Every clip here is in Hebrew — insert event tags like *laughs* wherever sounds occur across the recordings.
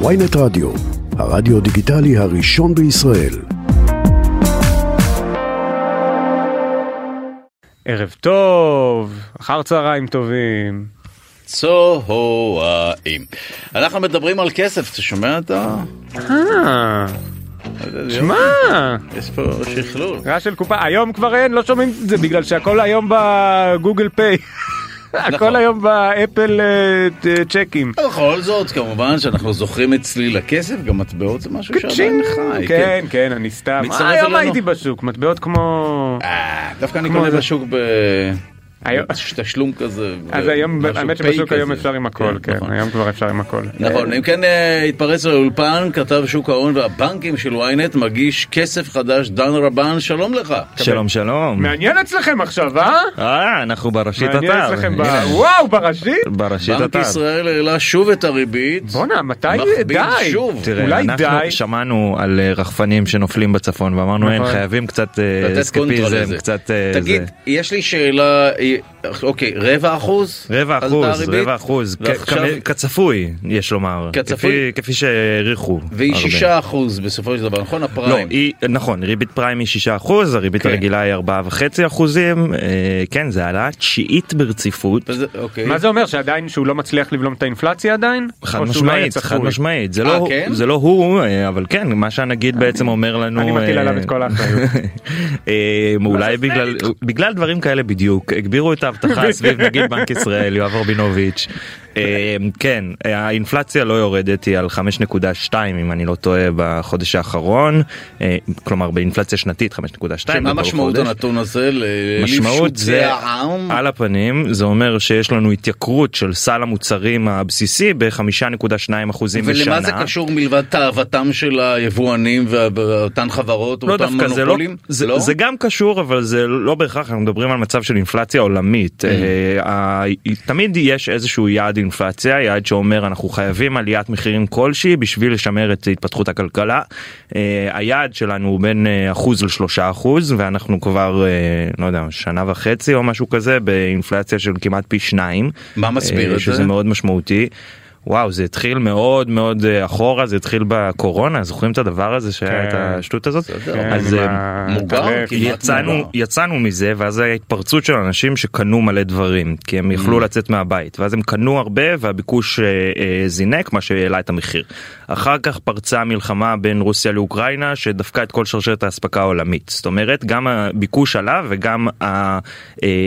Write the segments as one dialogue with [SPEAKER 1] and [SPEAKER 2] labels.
[SPEAKER 1] ויינט רדיו, הרדיו דיגיטלי הראשון בישראל.
[SPEAKER 2] ערב טוב, אחר צהריים טובים.
[SPEAKER 3] צהריים. אנחנו מדברים על כסף, אתה שומע את ה...
[SPEAKER 2] אה, שמע,
[SPEAKER 3] יש פה שכלול.
[SPEAKER 2] רעש של קופה, היום כבר אין, לא שומעים את זה בגלל שהכל היום בגוגל פיי. הכל
[SPEAKER 3] נכון.
[SPEAKER 2] היום באפל אה, ט- צ'קים.
[SPEAKER 3] בכל זאת, כמובן שאנחנו זוכרים את צליל הכסף, גם מטבעות זה משהו שעדיין חי.
[SPEAKER 2] כן, כן, אני סתם.
[SPEAKER 3] מצטרף
[SPEAKER 2] אה, היום
[SPEAKER 3] אלינו.
[SPEAKER 2] הייתי בשוק, מטבעות כמו...
[SPEAKER 3] אה, דווקא אני
[SPEAKER 2] כמו
[SPEAKER 3] קונה
[SPEAKER 2] זה.
[SPEAKER 3] בשוק ב...
[SPEAKER 2] היום-
[SPEAKER 3] תשלום כזה.
[SPEAKER 2] אז היום,
[SPEAKER 3] אה, משהו
[SPEAKER 2] האמת
[SPEAKER 3] פיי
[SPEAKER 2] שבשוק היום
[SPEAKER 3] כזה.
[SPEAKER 2] אפשר עם הכל, כן,
[SPEAKER 3] נכון.
[SPEAKER 2] היום כבר אפשר עם הכל.
[SPEAKER 3] נכון, אם כן אה, התפרץ לאולפן, כתב שוק ההון והבנקים של ynet מגיש כסף חדש, דן רבן, שלום לך.
[SPEAKER 4] שלום שלום.
[SPEAKER 2] מעניין אצלכם עכשיו, אה?
[SPEAKER 4] אה, אנחנו בראשית אתר.
[SPEAKER 2] מעניין אצלכם ב...
[SPEAKER 4] הנה,
[SPEAKER 2] וואו, בראשית?
[SPEAKER 4] בראשית
[SPEAKER 3] בנק
[SPEAKER 4] אתר.
[SPEAKER 3] ישראל העלה שוב את הריבית.
[SPEAKER 2] בואנה, מתי?
[SPEAKER 3] מכביד
[SPEAKER 2] די.
[SPEAKER 3] שוב.
[SPEAKER 4] תראה,
[SPEAKER 2] אולי
[SPEAKER 4] אנחנו
[SPEAKER 2] די?
[SPEAKER 4] שמענו על אה, רחפנים שנופלים בצפון ואמרנו אין,
[SPEAKER 2] נכון.
[SPEAKER 4] חייבים קצת אה,
[SPEAKER 3] לתת קונטרה
[SPEAKER 4] אסקפיזם,
[SPEAKER 3] לזה.
[SPEAKER 4] קצת אה,
[SPEAKER 3] תגיד,
[SPEAKER 4] זה.
[SPEAKER 3] יש לי שאלה, אה, אוקיי, רבע אחוז?
[SPEAKER 4] רבע
[SPEAKER 3] עלתה
[SPEAKER 4] אחוז,
[SPEAKER 3] הריבית?
[SPEAKER 4] רבע אחוז, כ-
[SPEAKER 3] ועכשיו-
[SPEAKER 4] כמ- כצפוי, יש לומר.
[SPEAKER 3] כצפוי?
[SPEAKER 4] כפי- כפי שהעריכו.
[SPEAKER 3] והיא
[SPEAKER 4] הרבה.
[SPEAKER 3] שישה אחוז בסופו של דבר, נכון?
[SPEAKER 4] לא,
[SPEAKER 3] הפריים.
[SPEAKER 4] היא, נכון, ריבית פריים היא 6%, הריבית
[SPEAKER 3] כן.
[SPEAKER 4] הרגילה היא 4.5%, אחוזים, אה, כן, זה העלאה תשיעית ברציפות.
[SPEAKER 3] וזה- אוקיי.
[SPEAKER 2] מה זה אומר, שעדיין שהוא לא מצליח לבלום את האינפלציה עדיין?
[SPEAKER 4] חד
[SPEAKER 2] או שהוא לא היה
[SPEAKER 4] משמעית,
[SPEAKER 2] צפוי?
[SPEAKER 4] חד משמעית, זה
[SPEAKER 3] אה,
[SPEAKER 4] לא,
[SPEAKER 3] כן?
[SPEAKER 4] זה לא הוא, אה, אבל כן, מה שהנגיד בעצם אומר לנו,
[SPEAKER 2] אני מטיל
[SPEAKER 4] אה,
[SPEAKER 2] עליו את כל האחריות.
[SPEAKER 4] *laughs* אה, אולי בגלל בגלל דברים כאלה בדיוק הגבירו
[SPEAKER 2] *laughs*
[SPEAKER 4] את האבטחה סביב נגיד בנק ישראל יואב רבינוביץ'. אה, כן האינפלציה לא יורדת היא על 5.2 אם אני לא טועה בחודש האחרון אה, כלומר באינפלציה שנתית 5.2.
[SPEAKER 3] מה
[SPEAKER 4] בכל
[SPEAKER 3] משמעות
[SPEAKER 4] חודש.
[SPEAKER 3] הנתון הזה? ל-
[SPEAKER 4] משמעות
[SPEAKER 3] לפשוטי
[SPEAKER 4] זה
[SPEAKER 3] העם?
[SPEAKER 4] על הפנים זה אומר שיש לנו התייקרות של סל המוצרים הבסיסי ב-5.2 אחוזים בשנה.
[SPEAKER 3] ולמה זה קשור מלבד תאוותם של היבואנים וה- ואותן חברות,
[SPEAKER 4] לא
[SPEAKER 3] אותם
[SPEAKER 4] דווקא זה לא,
[SPEAKER 3] מונופולים?
[SPEAKER 4] זה, זה גם קשור אבל זה לא בהכרח אנחנו מדברים על מצב של אינפלציה
[SPEAKER 3] Mm.
[SPEAKER 4] עולמית אה, ה- תמיד יש איזשהו יעד אינפלציה יעד שאומר אנחנו חייבים עליית מחירים כלשהי בשביל לשמר את התפתחות הכלכלה אה, היעד שלנו הוא בין אה, אחוז לשלושה אחוז ואנחנו כבר אה, לא יודע שנה וחצי או משהו כזה באינפלציה של כמעט פי שניים
[SPEAKER 3] מה מסביר
[SPEAKER 4] אה,
[SPEAKER 3] את
[SPEAKER 4] שזה
[SPEAKER 3] זה?
[SPEAKER 4] מאוד משמעותי. וואו זה התחיל מאוד מאוד אה, אחורה זה התחיל בקורונה זוכרים את הדבר הזה שהיה
[SPEAKER 2] כן.
[SPEAKER 4] את השטות הזאת
[SPEAKER 3] בסדר.
[SPEAKER 4] אז
[SPEAKER 2] כן, עם
[SPEAKER 4] אה,
[SPEAKER 2] ה- לא.
[SPEAKER 3] מוגר,
[SPEAKER 2] הטרף.
[SPEAKER 3] כי- כמעט
[SPEAKER 4] יצאנו
[SPEAKER 3] נורא.
[SPEAKER 4] יצאנו מזה ואז היה התפרצות של אנשים שקנו מלא דברים כי הם
[SPEAKER 2] Mm.
[SPEAKER 4] יכלו לצאת מהבית ואז הם קנו הרבה והביקוש אה, אה, זינק מה שהעלה את המחיר. אחר כך פרצה המלחמה בין רוסיה לאוקראינה שדפקה את כל שרשרת האספקה העולמית זאת אומרת גם הביקוש עלה וגם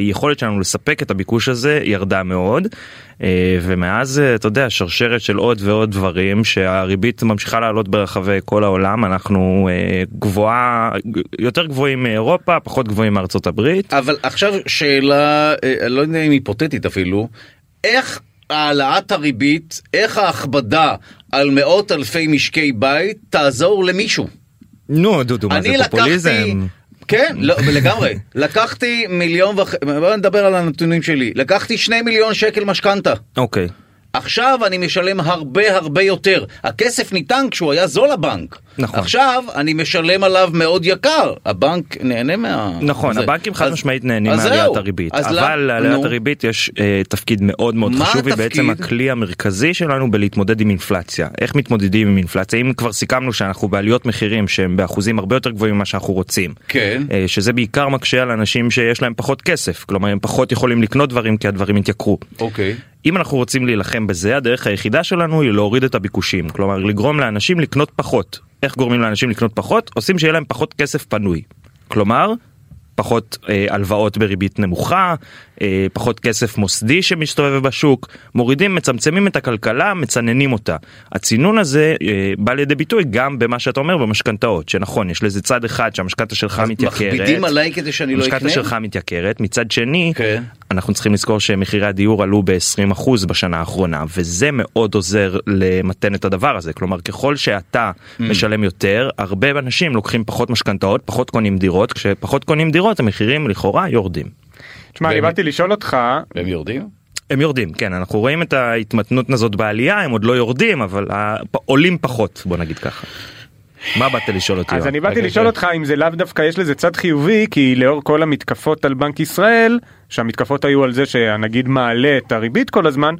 [SPEAKER 4] היכולת שלנו לספק את הביקוש הזה ירדה מאוד. אה, ומאז אה, אתה יודע שרשרת של עוד ועוד דברים שהריבית ממשיכה לעלות ברחבי כל העולם אנחנו אה, גבוהה יותר גבוהים מאירופה פחות גבוהים מארצות הברית.
[SPEAKER 3] אבל עכשיו שאלה, אה, לא יודע אם היפותטית אפילו, איך העלאת הריבית, איך ההכבדה על מאות אלפי משקי בית תעזור למישהו?
[SPEAKER 4] נו דודו מה זה פופוליזם.
[SPEAKER 3] כן, לא, לגמרי. לקחתי מיליון וחצי, בוא נדבר על הנתונים שלי. לקחתי שני מיליון שקל משכנתה.
[SPEAKER 4] אוקיי.
[SPEAKER 3] עכשיו אני משלם הרבה הרבה יותר. הכסף ניתן כשהוא היה זול לבנק.
[SPEAKER 4] נכון.
[SPEAKER 3] עכשיו אני משלם עליו מאוד יקר. הבנק נהנה מה...
[SPEAKER 4] נכון
[SPEAKER 3] זה.
[SPEAKER 4] הבנקים חד
[SPEAKER 3] אז-
[SPEAKER 4] משמעית נהנים
[SPEAKER 3] אז
[SPEAKER 4] מעליית
[SPEAKER 3] זהו.
[SPEAKER 4] הריבית
[SPEAKER 3] אז למה-
[SPEAKER 4] אבל לעליית
[SPEAKER 3] נו.
[SPEAKER 4] הריבית יש אה, תפקיד מאוד מאוד
[SPEAKER 3] מה
[SPEAKER 4] חשוב היא בעצם
[SPEAKER 3] התפקיד?
[SPEAKER 4] הכלי המרכזי שלנו בלהתמודד עם אינפלציה איך מתמודדים עם אינפלציה אם כבר סיכמנו שאנחנו בעליות מחירים שהם באחוזים הרבה יותר גבוהים ממה שאנחנו רוצים
[SPEAKER 3] כן.
[SPEAKER 4] אה, שזה בעיקר מקשה על אנשים שיש להם פחות כסף כלומר הם פחות יכולים לקנות דברים כי הדברים התייקרו.
[SPEAKER 3] אוקיי.
[SPEAKER 4] אם אנחנו רוצים להילחם בזה הדרך היחידה שלנו היא להוריד את הביקושים כלומר לגרום לאנשים לקנות פחות איך גורמים לאנשים לקנות פחות עושים שיהיה להם פחות כסף פנוי כלומר. פחות אה, הלוואות בריבית נמוכה, אה, פחות כסף מוסדי שמסתובב בשוק, מורידים, מצמצמים את הכלכלה, מצננים אותה. הצינון הזה אה, בא לידי ביטוי גם במה שאתה אומר במשכנתאות, שנכון, יש לזה צד אחד שהמשכנתה שלך מתייקרת.
[SPEAKER 3] מכבידים עליי כדי שאני לא
[SPEAKER 4] המשכנתה
[SPEAKER 3] אקנה?
[SPEAKER 4] שלך מתייקרת, מצד שני,
[SPEAKER 3] כן.
[SPEAKER 4] אנחנו צריכים לזכור שמחירי הדיור עלו ב-20% בשנה האחרונה, וזה מאוד עוזר למתן את הדבר הזה. כלומר, ככל שאתה משלם יותר, הרבה אנשים לוקחים פחות משכנתאות, פחות קונים דירות, כשפחות קונים דירות המחירים לכאורה יורדים.
[SPEAKER 2] תשמע, אני
[SPEAKER 3] באמת?
[SPEAKER 2] באתי לשאול אותך,
[SPEAKER 3] והם יורדים?
[SPEAKER 4] הם יורדים, כן, אנחנו רואים את ההתמתנות הזאת בעלייה, הם עוד לא יורדים, אבל ה- פ- עולים פחות, בוא נגיד ככה. מה באת לשאול אותי?
[SPEAKER 2] אז
[SPEAKER 4] יואב?
[SPEAKER 2] אני באתי
[SPEAKER 3] רגע,
[SPEAKER 2] לשאול
[SPEAKER 3] רגע.
[SPEAKER 2] אותך אם זה לאו דווקא יש לזה צד חיובי, כי לאור כל המתקפות על בנק ישראל, שהמתקפות היו על זה שהנגיד מעלה את הריבית כל הזמן,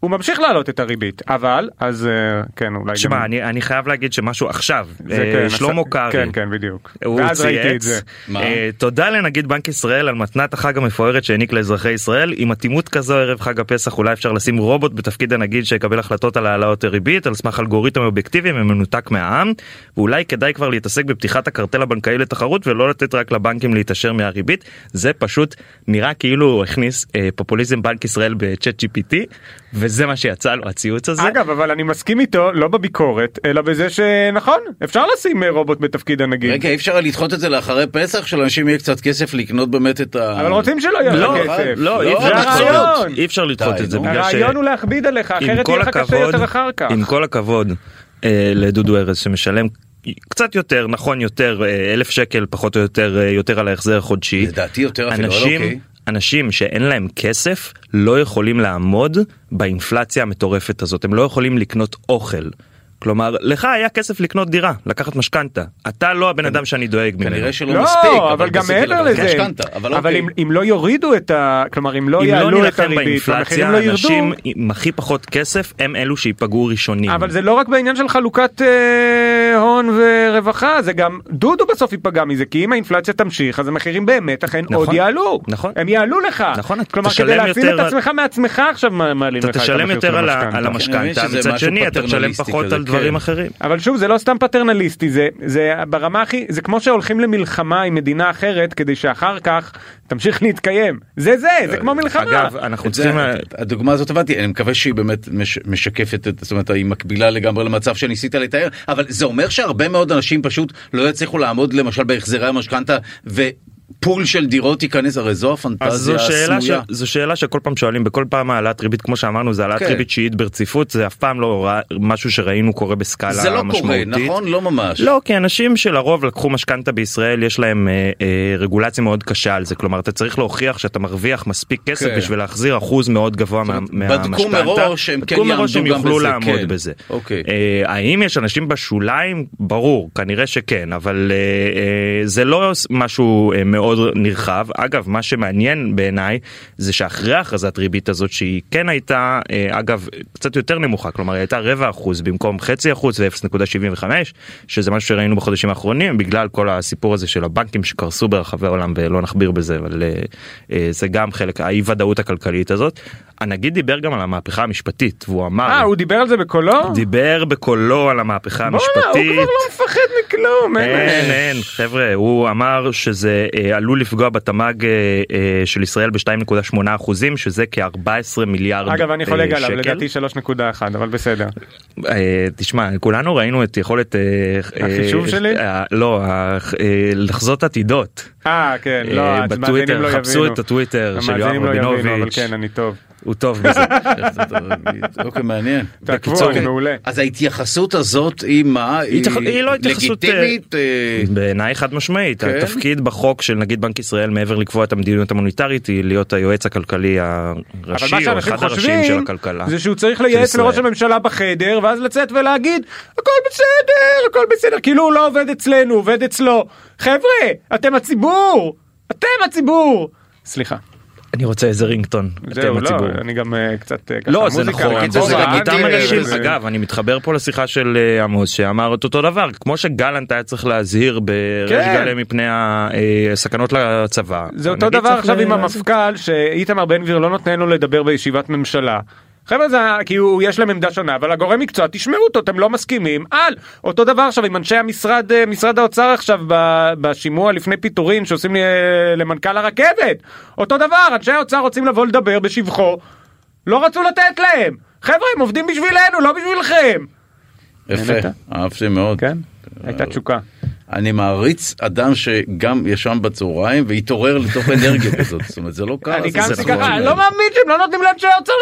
[SPEAKER 2] הוא ממשיך להעלות את הריבית, אבל, אז אה, כן, אולי
[SPEAKER 4] שמע,
[SPEAKER 2] גם...
[SPEAKER 4] אני, אני חייב להגיד שמשהו עכשיו,
[SPEAKER 2] זה
[SPEAKER 4] אה,
[SPEAKER 2] כן,
[SPEAKER 4] שלמה
[SPEAKER 2] עשה-
[SPEAKER 4] קרעי,
[SPEAKER 2] כן, כן, בדיוק.
[SPEAKER 4] הוא
[SPEAKER 2] ואז ראיתי את זה.
[SPEAKER 4] צייץ, אה, תודה לנגיד בנק ישראל על מתנת החג המפוארת שהעניק לאזרחי ישראל, עם אטימות כזו ערב חג הפסח אולי אפשר לשים רובוט בתפקיד הנגיד שיקבל החלטות על העלאות הריבית על סמך אלגוריתם אובייקטיבי ומנותק מהעם, ואולי כדאי כבר להתעסק בפתיחת הקרטל הבנקאי לתחרות ולא לתת רק לבנקים להתעשר מהריבית, זה פשוט נראה כאילו הוא הכניס אה, פופוליזם בנק ישראל בצ'אט GPT, וזה מה שיצא לו הציוץ הזה.
[SPEAKER 2] אגב, אבל אני מסכים איתו, לא בביקורת, אלא בזה שנכון, אפשר לשים אה, רובוט בתפקיד הנגיד.
[SPEAKER 3] רגע, אי אפשר לדחות את זה לאחרי פסח, שלאנשים יהיה קצת כסף לקנות באמת את ה...
[SPEAKER 2] אבל רוצים שלא יהיה
[SPEAKER 4] לא,
[SPEAKER 2] לך כסף.
[SPEAKER 4] לא, אי
[SPEAKER 3] לא,
[SPEAKER 4] אפשר
[SPEAKER 2] זה
[SPEAKER 4] לדחות,
[SPEAKER 2] הרעיון.
[SPEAKER 4] אי אפשר לדחות
[SPEAKER 3] די,
[SPEAKER 4] את זה
[SPEAKER 3] נו.
[SPEAKER 4] בגלל ש...
[SPEAKER 2] הרעיון הוא להכביד עליך,
[SPEAKER 4] עם
[SPEAKER 2] אחרת יהיה
[SPEAKER 4] כל
[SPEAKER 2] לך קשה
[SPEAKER 4] הכבוד,
[SPEAKER 2] יותר אחר כך.
[SPEAKER 4] עם כל הכבוד אה, לדודו ארז שמשלם קצת יותר, נכון יותר, אה, אלף שקל פחות או יותר, אה, יותר על ההחזר החודשי.
[SPEAKER 3] לדעתי יותר אפילו, אבל אוקיי.
[SPEAKER 4] אנשים, אנשים שאין להם כסף לא יכולים לעמוד באינפלציה המטורפת הזאת, הם לא יכולים לקנות אוכל. כלומר, לך היה כסף לקנות דירה, לקחת משכנתה. אתה לא הבן אדם שאני דואג ממנו.
[SPEAKER 3] כנראה שלא
[SPEAKER 2] לא,
[SPEAKER 3] מספיק,
[SPEAKER 2] אבל גם
[SPEAKER 3] בסדר,
[SPEAKER 2] מעבר
[SPEAKER 3] אבל
[SPEAKER 2] לזה,
[SPEAKER 3] משכנתה, אבל
[SPEAKER 2] אבל
[SPEAKER 3] אוקיי.
[SPEAKER 2] אם- אם לא יורידו את ה... כלומר, אם לא
[SPEAKER 4] אם לא
[SPEAKER 2] יעלו את
[SPEAKER 4] נילחם
[SPEAKER 2] הריבית, המחירים
[SPEAKER 4] באינפלציה,
[SPEAKER 2] לא ירדו,
[SPEAKER 4] אנשים עם הכי פחות כסף הם אלו שייפגעו ראשונים.
[SPEAKER 2] אבל זה לא רק בעניין של חלוקת אה, הון ורווחה, זה גם דודו בסוף ייפגע מזה, כי אם האינפלציה תמשיך, אז המחירים באמת אכן
[SPEAKER 4] נכון.
[SPEAKER 2] עוד יעלו.
[SPEAKER 4] נכון.
[SPEAKER 2] הם יעלו לך.
[SPEAKER 4] נכון, אתה
[SPEAKER 2] כלומר,
[SPEAKER 4] תשלם
[SPEAKER 2] כדי להציל
[SPEAKER 4] יותר
[SPEAKER 2] את
[SPEAKER 4] על-
[SPEAKER 2] עצמך מעצמך עכשיו מע- מעלים לך
[SPEAKER 4] אתה
[SPEAKER 2] את המחיר
[SPEAKER 4] תשלם יותר
[SPEAKER 2] של
[SPEAKER 4] על ה-
[SPEAKER 2] המשכנתה.
[SPEAKER 4] על
[SPEAKER 3] אני מבין
[SPEAKER 4] המשכנתה,
[SPEAKER 3] שזה
[SPEAKER 4] מצד
[SPEAKER 3] משהו
[SPEAKER 4] שני אתה תשלם
[SPEAKER 3] פטרנליסטי
[SPEAKER 4] פחות
[SPEAKER 3] כזה,
[SPEAKER 4] על דברים
[SPEAKER 3] כן.
[SPEAKER 4] אחרים.
[SPEAKER 2] אבל שוב, זה לא סתם פטרנליסטי, זה, זה ברמה הכי, זה כמו שהולכים למלחמה עם מדינה אחרת כדי שאחר כך תמשיך להתקיים. זה זה, זה כמו מלחמה.
[SPEAKER 4] אגב, אנחנו
[SPEAKER 3] את זה,
[SPEAKER 4] צריכים... אה, לה-
[SPEAKER 3] הדוגמה הזאת הבנתי, אני מקווה שהיא באמת מש- משקפת, את- זאת אומרת, היא מקבילה לגמרי למצב שניסית לתאר, אבל זה אומר שהרבה מאוד אנשים פשוט לא יצליחו לעמוד למשל בהחזרי המשכנתה ופול של דירות ייכנס, הרי זו
[SPEAKER 4] אז זו
[SPEAKER 3] הפנטזיה
[SPEAKER 4] שאלה, ש...
[SPEAKER 3] הסמויה.
[SPEAKER 4] זו שאלה שכל פעם שואלים, בכל פעם העלאת ריבית, כמו שאמרנו, זה העלאת
[SPEAKER 3] כן.
[SPEAKER 4] ריבית שיעית ברציפות, זה אף פעם לא רע- משהו שראינו קורה בסקאלה
[SPEAKER 3] זה לא קורה,
[SPEAKER 4] משמעותית.
[SPEAKER 3] נכון? לא ממש. *laughs*
[SPEAKER 4] לא, כי אנשים שלרוב לקחו משכנתה בישראל, יש להם אה, אה, רגולציה מאוד קשה על זה. כלומר, אתה צריך להוכיח שאתה מרוויח מספיק כסף
[SPEAKER 3] כן.
[SPEAKER 4] בשביל להחזיר אחוז מאוד גבוה מה-
[SPEAKER 3] אומרת,
[SPEAKER 4] מהמשכנתה.
[SPEAKER 3] בדקו מראש שהם כן
[SPEAKER 4] בדקו מראש שהם
[SPEAKER 3] יעמדו גם
[SPEAKER 4] יוכלו
[SPEAKER 3] בזה,
[SPEAKER 4] לעמוד
[SPEAKER 3] כן.
[SPEAKER 4] בזה.
[SPEAKER 3] אוקיי.
[SPEAKER 4] אה, האם יש אנשים בשוליים? ברור, כנראה שכן, אבל אה, אה, זה לא משהו אה, מאוד נרחב. אגב, מה שמעניין בעיניי זה שאחרי הכרזת ריבית הזאת, שהיא כן הייתה, אה, אגב, קצת יותר נמוכה, כלומר היא הייתה רבע אחוז במקום חצי אחוז ו-0.75, שזה משהו שראינו בחודשים האחרונים, בגלל כל הסיפור הזה של הבנקים שקרסו ברחבי העולם, ולא נכביר בזה, אבל אה, אה, זה גם חלק, האי ודאות הכלכלית הזאת. הנגיד דיבר גם על המהפכה המשפטית, והוא אמר...
[SPEAKER 2] אה, הוא דיבר על זה בקולו?
[SPEAKER 4] דיבר בקולו על המהפכה
[SPEAKER 2] בואנה, הוא כבר
[SPEAKER 4] המשפטית.
[SPEAKER 2] לא מפחד מכלום. אין-
[SPEAKER 4] אין, אין, חבר'ה, הוא אמר שזה אה, עלול לפגוע בתמ"ג אה, אה, של ישראל ב-2.8 אחוזים, שזה כ-14 מיליארד אה, שקל.
[SPEAKER 2] אגב, אני חולק עליו, לדעתי 3.1, אבל בסדר.
[SPEAKER 4] אה, תשמע, כולנו ראינו את יכולת... אה, אה,
[SPEAKER 2] החישוב שלי?
[SPEAKER 4] אה, לא, אה, אה, לחזות עתידות.
[SPEAKER 2] אה, כן, לא,
[SPEAKER 4] אה,
[SPEAKER 2] אז
[SPEAKER 4] בטוויטר,
[SPEAKER 2] המאזינים לא
[SPEAKER 4] חפשו
[SPEAKER 2] יבינו.
[SPEAKER 4] את הטוויטר של יואב
[SPEAKER 2] המאזינים לא יבינו, אבל
[SPEAKER 4] רבינוביץ'.
[SPEAKER 2] כן, אני טוב.
[SPEAKER 4] הוא טוב בזה.
[SPEAKER 3] אוקיי, מעניין. כן.
[SPEAKER 2] תעקבו,
[SPEAKER 4] בקיצור,
[SPEAKER 2] אני מעולה.
[SPEAKER 3] אז ההתייחסות הזאת היא מה?
[SPEAKER 4] התייח- היא לא התייחסות, אה,
[SPEAKER 3] לגיטימית? אה,
[SPEAKER 4] בעיניי חד משמעית
[SPEAKER 3] כן?
[SPEAKER 4] התפקיד בחוק של נגיד בנק ישראל מעבר לקבוע את המדיניות המוניטרית היא להיות היועץ הכלכלי
[SPEAKER 2] אבל מה
[SPEAKER 4] הראשי או
[SPEAKER 2] שאנשים
[SPEAKER 4] אחד הראשיים של
[SPEAKER 2] חושבים,
[SPEAKER 4] הכלכלה.
[SPEAKER 2] זה שהוא צריך לייעץ
[SPEAKER 4] של
[SPEAKER 2] לראש
[SPEAKER 4] ישראל.
[SPEAKER 2] הממשלה בחדר, ואז לצאת ולהגיד, הכל בסדר, הכל בסדר, כאילו הוא לא עובד אצלנו, הוא עובד אצלו. חבר'ה, אתם הציבור! אתם הציבור! סליחה.
[SPEAKER 4] אני רוצה איזה רינגטון.
[SPEAKER 2] זהו,
[SPEAKER 4] אתם
[SPEAKER 2] לא,
[SPEAKER 4] הציבור.
[SPEAKER 2] אני גם אה, קצת אה, ככה
[SPEAKER 4] לא זה
[SPEAKER 2] מוזיקה, אוקיי, אה,
[SPEAKER 4] נכון,
[SPEAKER 2] גם
[SPEAKER 4] זה
[SPEAKER 2] בובה,
[SPEAKER 4] גם אותם
[SPEAKER 2] אנטי-
[SPEAKER 4] אנשים,
[SPEAKER 2] וזה-
[SPEAKER 4] אגב אני מתחבר פה לשיחה של אה, עמוס שאמר את אותו דבר, כמו שגלנט היה צריך להזהיר בריש
[SPEAKER 2] כן.
[SPEAKER 4] גלי מפני אה, הסכנות לצבא.
[SPEAKER 2] זה אותו
[SPEAKER 4] הנגיד
[SPEAKER 2] דבר
[SPEAKER 4] צריך
[SPEAKER 2] עכשיו עם
[SPEAKER 4] להזהיר.
[SPEAKER 2] המפכ"ל שאיתמר בן גביר לא נותן לו לדבר בישיבת ממשלה. חבר'ה זה כי הוא יש להם עמדה שונה אבל הגורם מקצוע תשמעו אותו אתם לא מסכימים על אותו דבר עכשיו עם אנשי המשרד אה, משרד האוצר עכשיו ב- בשימוע לפני פיטורים שעושים לי, אה, למנכ"ל הרכבת אותו דבר אנשי האוצר רוצים לבוא לדבר בשבחו לא רצו לתת להם חבר'ה הם עובדים בשבילנו לא בשבילכם.
[SPEAKER 3] יפה,
[SPEAKER 2] נהנית?
[SPEAKER 3] אהבתי מאוד.
[SPEAKER 2] כן,
[SPEAKER 4] כן?
[SPEAKER 2] הייתה תשוקה.
[SPEAKER 3] אני מעריץ אדם שגם ישן בצהריים והתעורר לתוך אנרגיה כזאת, זאת אומרת זה לא קרה.
[SPEAKER 2] אני
[SPEAKER 3] זה
[SPEAKER 2] קמתי
[SPEAKER 3] נכון.
[SPEAKER 2] ככה, אני לא מאמין שהם לא נותנים לאנשי האוצר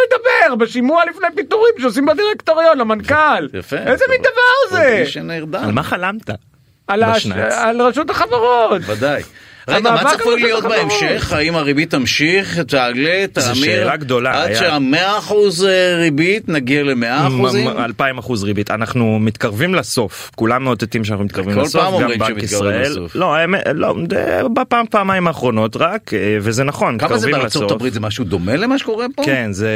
[SPEAKER 2] לדבר בשימוע לפני פיטורים שעושים בדירקטוריון למנכ"ל.
[SPEAKER 3] יפה.
[SPEAKER 2] איזה מין דבר
[SPEAKER 3] הוא
[SPEAKER 2] זה?
[SPEAKER 3] איש שנרדם.
[SPEAKER 4] על מה חלמת?
[SPEAKER 2] על הש-
[SPEAKER 4] בשנץ.
[SPEAKER 2] על רשות החברות.
[SPEAKER 3] ודאי. רגע,
[SPEAKER 2] המאבק
[SPEAKER 3] מה צפוי
[SPEAKER 2] הזה
[SPEAKER 3] להיות
[SPEAKER 2] בחברות.
[SPEAKER 3] בהמשך? האם הריבית תמשיך, תעלה, תאמיר?
[SPEAKER 4] שאלה גדולה,
[SPEAKER 3] עד
[SPEAKER 4] היה.
[SPEAKER 3] שהמאה אחוז אה, ריבית נגיע למאה אחוזים?
[SPEAKER 4] 2,000 אחוז ריבית אנחנו מתקרבים לסוף כולם מאותתים שאנחנו מתקרבים
[SPEAKER 3] כל
[SPEAKER 4] לסוף
[SPEAKER 3] פעם
[SPEAKER 4] גם
[SPEAKER 3] אומרים
[SPEAKER 4] בנק
[SPEAKER 3] שמתקרבים
[SPEAKER 4] ישראל
[SPEAKER 3] לסוף.
[SPEAKER 4] לא האמת, לא זה בפעם פעמיים האחרונות רק אה, וזה נכון
[SPEAKER 3] כמה זה
[SPEAKER 4] מתקרבים
[SPEAKER 3] בארצות
[SPEAKER 4] לסוף.
[SPEAKER 3] הברית? זה משהו דומה למה שקורה פה?
[SPEAKER 4] כן זה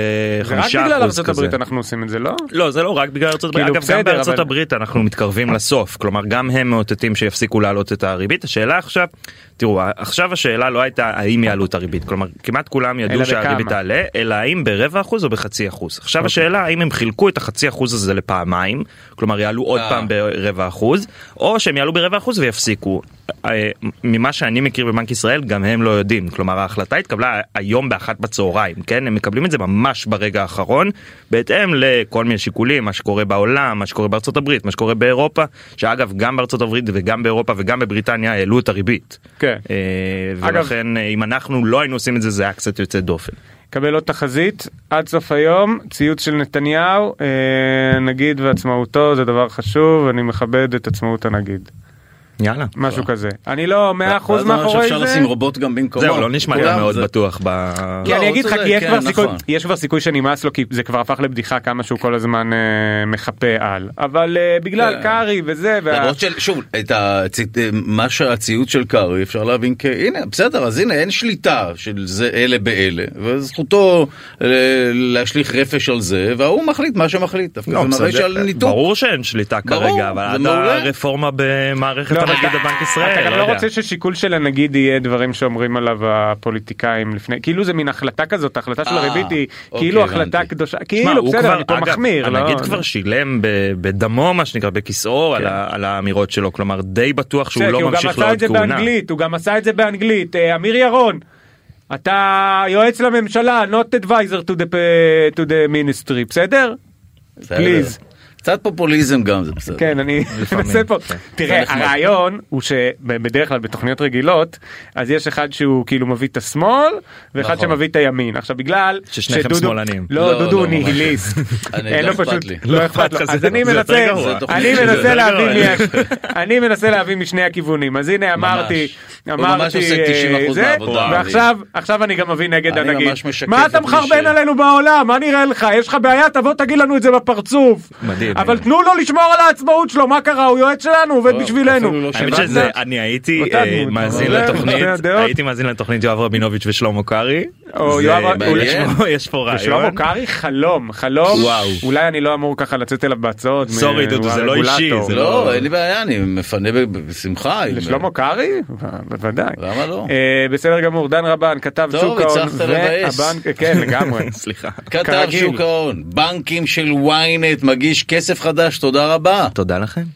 [SPEAKER 2] רק
[SPEAKER 4] חמישה
[SPEAKER 2] בגלל
[SPEAKER 4] אחוז
[SPEAKER 2] ארצות
[SPEAKER 4] כזה.
[SPEAKER 2] הברית אנחנו עושים את זה, לא?
[SPEAKER 4] לא זה לא רק בגלל ארצות
[SPEAKER 2] כאילו,
[SPEAKER 4] הברית, אגב גם
[SPEAKER 2] בסדר,
[SPEAKER 4] בארצות
[SPEAKER 2] אבל-
[SPEAKER 4] הברית אנחנו מתקרבים לסוף, כלומר גם הם מאותתים שיפסיקו להעלות את הריבית, השאלה עכשיו, תראו עכשיו השאלה לא הייתה האם יעלו את הריבית, כלומר כמעט כולם
[SPEAKER 2] אלא
[SPEAKER 4] ידעו שהריבית
[SPEAKER 2] בכמה.
[SPEAKER 4] תעלה, אלא האם ברבע אחוז או בחצי אחוז,
[SPEAKER 2] אוקיי.
[SPEAKER 4] עכשיו השאלה האם הם חילקו את החצי אחוז הזה לפעמיים, כלומר יעלו עוד
[SPEAKER 3] אה.
[SPEAKER 4] פעם ברבע אחוז, או שהם יעלו ברבע אחוז ויפסיקו. אה, ממה שאני מכיר בבנק ישראל גם הם לא יודעים כלומר ההחלטה התקבלה היום באחת בצהריים כן הם מקבלים את זה ממש ברגע האחרון בהתאם לכל מיני שיקולים מה שקורה בעולם מה שקורה בארצות הברית מה שקורה באירופה שאגב גם בארצות הברית וגם באירופה וגם בבריטניה העלו את הריבית.
[SPEAKER 2] כן.
[SPEAKER 4] אה,
[SPEAKER 2] אגב-
[SPEAKER 4] ולכן אה, אם אנחנו לא היינו עושים את זה זה היה קצת יוצא דופן.
[SPEAKER 2] קבל עוד תחזית, עד סוף היום, ציוץ של נתניהו, אה, נגיד ועצמאותו זה דבר חשוב, אני מכבד את עצמאות הנגיד.
[SPEAKER 4] יאללה.
[SPEAKER 2] משהו כזה. אני לא מאה אחוז
[SPEAKER 3] ואז אמרנו
[SPEAKER 2] מאחורי
[SPEAKER 3] שאפשר
[SPEAKER 2] זה.
[SPEAKER 3] לשים רובוט גם במקומו.
[SPEAKER 4] זהו לא נשמע לי
[SPEAKER 3] כולם,
[SPEAKER 4] מאוד
[SPEAKER 3] זה-
[SPEAKER 4] בטוח ב...
[SPEAKER 2] כי
[SPEAKER 3] לא,
[SPEAKER 2] אני
[SPEAKER 3] הוא
[SPEAKER 2] אגיד לך,
[SPEAKER 3] צודק,
[SPEAKER 2] כי יש
[SPEAKER 3] כן,
[SPEAKER 2] כבר סיכוי-
[SPEAKER 3] נכון.
[SPEAKER 2] יש כבר סיכוי שנמאס לו, כי זה כבר הפך לבדיחה כמה שהוא כל הזמן אה, מחפה על. אבל אה, בגלל
[SPEAKER 3] כן.
[SPEAKER 2] קארי וזה, וה-
[SPEAKER 3] למרות של, שוב, את הצ- מה שהציוץ של קרעי אפשר להבין כ... הנה, בסדר, אז הנה, אין שליטה של זה אלה באלה, וזכותו אה, להשליך רפש על זה, וההוא מחליט מה שמחליט, דווקא
[SPEAKER 4] לא,
[SPEAKER 3] זה מראה
[SPEAKER 4] בסדר.
[SPEAKER 3] שעל ניתוק.
[SPEAKER 4] ברור שאין שליטה
[SPEAKER 3] ברור,
[SPEAKER 4] כרגע, אבל
[SPEAKER 3] זה
[SPEAKER 4] עד
[SPEAKER 3] מעולה.
[SPEAKER 4] הרפורמה במערכת
[SPEAKER 2] לא, אבל
[SPEAKER 4] הנגיד בבנק ישראל,
[SPEAKER 2] אתה גם
[SPEAKER 4] לא
[SPEAKER 2] לא
[SPEAKER 4] יודע.
[SPEAKER 2] רוצה ששיקול של הנגיד יהיה דברים שאומרים עליו הפוליטיקאים לפני, כאילו זה מין החלטה כזאת, ההחלטה של
[SPEAKER 3] אה,
[SPEAKER 2] הריבית היא
[SPEAKER 3] אוקיי,
[SPEAKER 2] כאילו
[SPEAKER 3] הבנתי.
[SPEAKER 2] החלטה קדושה,
[SPEAKER 4] שמע,
[SPEAKER 2] כאילו
[SPEAKER 4] הוא
[SPEAKER 2] בסדר,
[SPEAKER 4] כבר-
[SPEAKER 2] אני פה
[SPEAKER 4] אגב,
[SPEAKER 2] מחמיר, לא?
[SPEAKER 4] הנגיד כבר שילם ב- בדמו מה שנקרא בכיסאו על ה- על האמירות שלו כלומר די בטוח שהוא
[SPEAKER 2] כן. בסדר, כי
[SPEAKER 4] לא
[SPEAKER 2] הוא גם
[SPEAKER 4] ממשיך
[SPEAKER 2] עשה את
[SPEAKER 4] לעוד
[SPEAKER 2] זה
[SPEAKER 4] כהונה.
[SPEAKER 2] באנגלית, הוא גם עשה את זה באנגלית, אה, אמיר ירון. אתה יועץ לממשלה, not advisor to the, אה, to the ministry, בסדר?
[SPEAKER 3] בסדר.
[SPEAKER 2] פליז.
[SPEAKER 3] קצת פופוליזם גם זה בסדר.
[SPEAKER 2] כן, אני *laughs*
[SPEAKER 4] לפעמים.
[SPEAKER 2] מנסה פה.
[SPEAKER 4] כן.
[SPEAKER 2] תראה,
[SPEAKER 3] זה נחמד.
[SPEAKER 2] הרעיון הוא שבדרך כלל בתוכניות רגילות, אז יש אחד שהוא כאילו מביא את השמאל, ואחד
[SPEAKER 3] נכון.
[SPEAKER 2] שמביא את הימין. עכשיו בגלל
[SPEAKER 4] ששניכם
[SPEAKER 2] שדודו-
[SPEAKER 4] שמאלנים.
[SPEAKER 2] לא,
[SPEAKER 3] לא,
[SPEAKER 2] דודו הוא
[SPEAKER 3] לא, ממש.
[SPEAKER 2] ניהיליסט.
[SPEAKER 3] *laughs* אני-
[SPEAKER 2] אין
[SPEAKER 3] לא
[SPEAKER 2] לו פשוט,
[SPEAKER 3] אכפת לי.
[SPEAKER 2] לא אכפת לו.
[SPEAKER 4] לך,
[SPEAKER 2] אז
[SPEAKER 4] זה-
[SPEAKER 2] אני
[SPEAKER 4] זה יותר
[SPEAKER 2] מנסה,
[SPEAKER 4] גרוע.
[SPEAKER 3] זה תוכנית
[SPEAKER 2] אני
[SPEAKER 3] שזה
[SPEAKER 2] מנסה
[SPEAKER 4] יותר
[SPEAKER 2] להבין,
[SPEAKER 4] גרוע.
[SPEAKER 2] מי- אני מנסה להבין משני הכיוונים. אז הנה אמרתי,
[SPEAKER 3] הוא ממש
[SPEAKER 2] אמרתי,
[SPEAKER 3] עושה
[SPEAKER 2] אה,
[SPEAKER 3] 90%
[SPEAKER 2] זה,
[SPEAKER 3] מהעבודה.
[SPEAKER 2] ועכשיו עכשיו אני גם מביא נגד
[SPEAKER 3] אני
[SPEAKER 2] הנגיד.
[SPEAKER 3] ממש משקף
[SPEAKER 2] מה אתה
[SPEAKER 3] את מי
[SPEAKER 2] מחרבן
[SPEAKER 3] ש-
[SPEAKER 2] עלינו בעולם? מה נראה לך? יש לך בעיה? תבוא תגיד לנו את זה בפרצוף.
[SPEAKER 4] מדהים.
[SPEAKER 2] אבל תנו לו לשמור על העצמאות שלו, מה קרה? הוא יועץ שלנו, הוא עובד
[SPEAKER 3] לא,
[SPEAKER 2] בשבילנו.
[SPEAKER 3] אפילו לא
[SPEAKER 4] האמת
[SPEAKER 3] שמעת?
[SPEAKER 4] שזה אני הייתי
[SPEAKER 2] אותה
[SPEAKER 4] אה,
[SPEAKER 2] דמות.
[SPEAKER 4] מאזין
[SPEAKER 2] אבל-
[SPEAKER 4] לתוכנית
[SPEAKER 2] שתי הדעות.
[SPEAKER 4] הייתי מאזין לתוכנית יואב רבינוביץ' ושלמה קרעי.
[SPEAKER 2] או
[SPEAKER 4] זה-
[SPEAKER 2] יואב-
[SPEAKER 4] יש
[SPEAKER 3] מעניין.
[SPEAKER 4] פה- יש פה
[SPEAKER 2] ושלמה
[SPEAKER 4] רעיון.
[SPEAKER 2] קרעי חלום, חלום,
[SPEAKER 4] אה, וואו.
[SPEAKER 2] אולי אני לא אמור ככה לצאת אליו בהצעות.
[SPEAKER 4] סורי,
[SPEAKER 2] מ-
[SPEAKER 4] דודו, זה לא
[SPEAKER 2] הרגולטור.
[SPEAKER 4] אישי, זה
[SPEAKER 3] לא, אין לי בעיה, אני מפנה ב- בשמחה. אם-
[SPEAKER 2] לשלמה קרעי? ב- בוודאי.
[SPEAKER 3] למה לא?
[SPEAKER 2] אה, בסדר גמור, דן רבן כתב
[SPEAKER 3] טוב,
[SPEAKER 2] שוק ההון,
[SPEAKER 3] הצלחת לבאס.
[SPEAKER 2] והבנק- כן לגמרי.
[SPEAKER 4] *laughs* סליחה.
[SPEAKER 3] כתב
[SPEAKER 2] כרגיל.
[SPEAKER 3] שוק ההון, בנקים של ynet מגיש כסף חדש, תודה רבה.
[SPEAKER 4] תודה לכם.